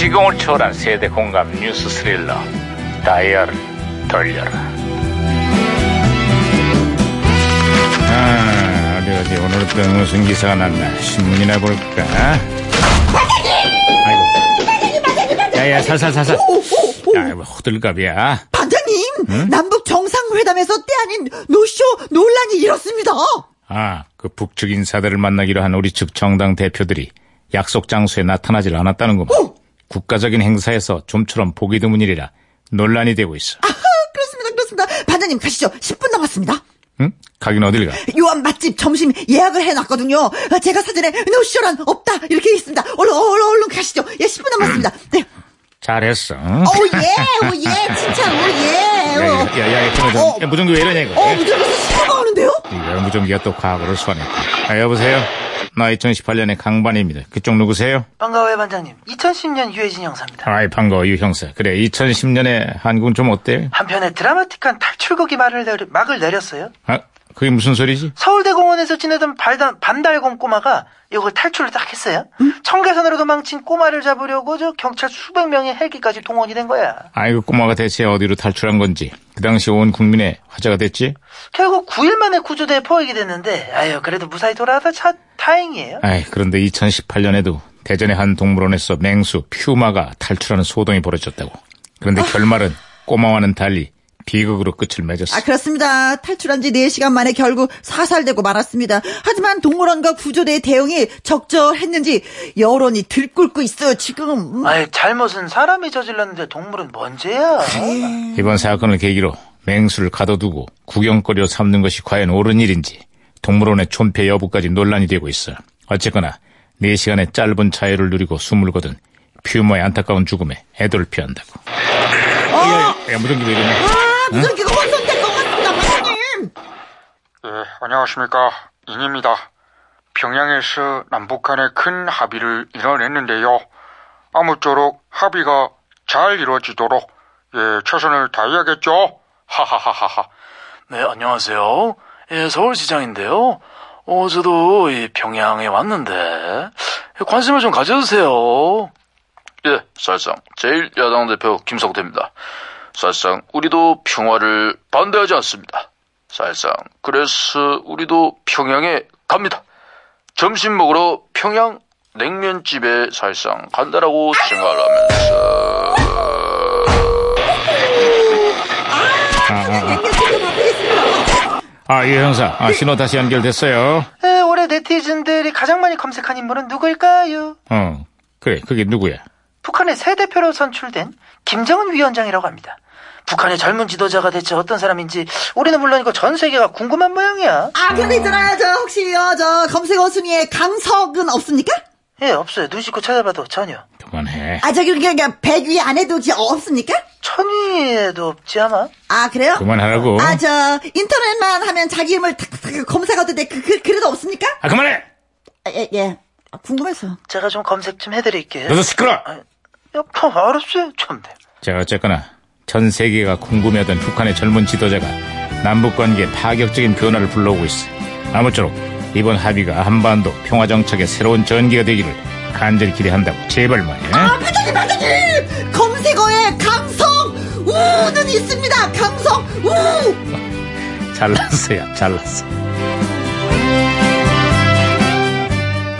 폭력을 초월한 세대 공감 뉴스 스릴러 다이얼 돌려라 아 어디 어디 오늘은 또 무슨 기사가 났나 신문이나 볼까 아이고 야야 살살살살 야 이거 호들갑이야 반장님, 남북 정상회담에서 때 아닌 노쇼 논란이 이렇습니다. 아 그 북측 인사들을 만나기로 한 우리 측 정당 대표들이 약속 장소에 나타나질 않았다는구만 오! 국가적인 행사에서 좀처럼 보기 드문 일이라 논란이 되고 있어 아하, 그렇습니다, 그렇습니다. 반장님 가시죠. 10분 남았습니다. 응? 가긴 어딜 가? 요한 맛집 점심 예약을 해놨거든요. 아, 제가 사전에 노쇼란 없다 이렇게 있습니다. 얼른 얼른 얼른 가시죠. 예, 10분 남았습니다. 네. 잘했어. 응? 오 예, 오 예, 진짜 오 예. 야, 야, 야, 야, 끊어줘. 어. 야, 무전기 왜 이러냐, 이거. 어, 무전기에서 신호가 오는데요? 이거 무전기가 또 과거를 소환했다. 아, 여보세요? 나 2018년의 강반입니다. 그쪽 누구세요? 반가워요 반장님 2010년 유해진 형사입니다 아이, 반가워, 유 형사. 그래, 2010년에 한국은 좀 어때요? 한편의 드라마틱한 탈출국이 말을 내려- 막을 내렸어요 아, 그게 무슨 소리지? 서울대공원에서 지내던 발단, 반달곰 꼬마가 이걸 탈출을 딱 했어요 청계산으로 도망친 꼬마를 잡으려고 저 경찰 수백 명의 헬기까지 동원이 된 거야 아이고, 꼬마가 대체 어디로 탈출한 건지. 그 당시 온 국민의 화제가 됐지? 결국 9일 만에 구조대에 포획이 됐는데 아유 그래도 무사히 돌아와서 차, 다행이에요 아이, 그런데 2018년에도 대전의 한 동물원에서 맹수 퓨마가 탈출하는 소동이 벌어졌다고. 그런데 결말은 꼬마와는 달리 비극으로 끝을 맺었어. 아, 그렇습니다. 탈출한 지 4시간 만에 결국 사살되고 말았습니다. 하지만 동물원과 구조대의 대응이 적절했는지 여론이 들끓고 있어요, 지금. 음. 아유 잘못은 사람이 저질렀는데 동물은 뭔죄야 이번 사건을 계기로 맹수를 가둬두고 구경거리로 삼는 것이 과연 옳은 일인지 동물원의 존폐 여부까지 논란이 되고 있어. 어쨌거나 4시간의 짧은 자유를 누리고 숨을 거둔 퓨머의 안타까운 죽음에 애도를 표한다고. 야, 야, 무전기 왜 이러냐? 아, 무전기가 혼선될 것 같습니다, 반장님! 예, 안녕하십니까. 인입니다. 평양에서 남북한의 큰 합의를 이뤄냈는데요. 아무쪼록 합의가 잘 이루어지도록 예, 최선을 다해야겠죠. 하하하하하. 네, 안녕하세요. 예, 서울시장인데요. 어, 저도 이 평양에 왔는데 관심을 좀 가져주세요. 예, 사실상 제일 야당 대표 김성태입니다. 사실상 우리도 평화를 반대하지 않습니다. 사실상 그래서 우리도 평양에 갑니다. 점심 먹으러 평양 냉면집에 사실상 간다라고 생각하면서 아, 예, 형사. 아, 신호 다시 연결됐어요. 에, 올해 네티즌들이 가장 많이 검색한 인물은 누구일까요? 어, 그래, 그게 누구야? 북한의 새 대표로 선출된 김정은 위원장이라고 합니다. 북한의 젊은 지도자가 대체 어떤 사람인지 우리는 물론이고 전 세계가 궁금한 모양이야. 아, 근데 있잖아요, 저 혹시요, 저 검색어 순위에 강석은 없습니까? 예, 없어요. 눈 씻고 찾아봐도 전혀. 그만해. 아, 저기, 그러니까 100위 안에도 지- 없습니까? 천위에도 없지 아마. 아, 그래요? 그만하라고. 아, 저, 인터넷만 하면 자기 이름을 탁탁 검색어도 돼. 그, 그, 그래도 없습니까? 아, 그만해! 아, 예, 예. 아, 궁금해서. 제가 좀 검색 좀 해드릴게요. 너도 시끄러! 여보, 알았어요. 참네. 자, 어쨌거나 전 세계가 궁금해하던 북한의 젊은 지도자가 남북 관계에 파격적인 변화를 불러오고 있어. 아무쪼록 이번 합의가 한반도 평화 정착의 새로운 전기가 되기를 간절히 기대한다고 제발 말이야. 반장님, 반장님! 아, 검색어에 감성! 우는 있습니다! 감성! 우! 잘났어요, 잘났어.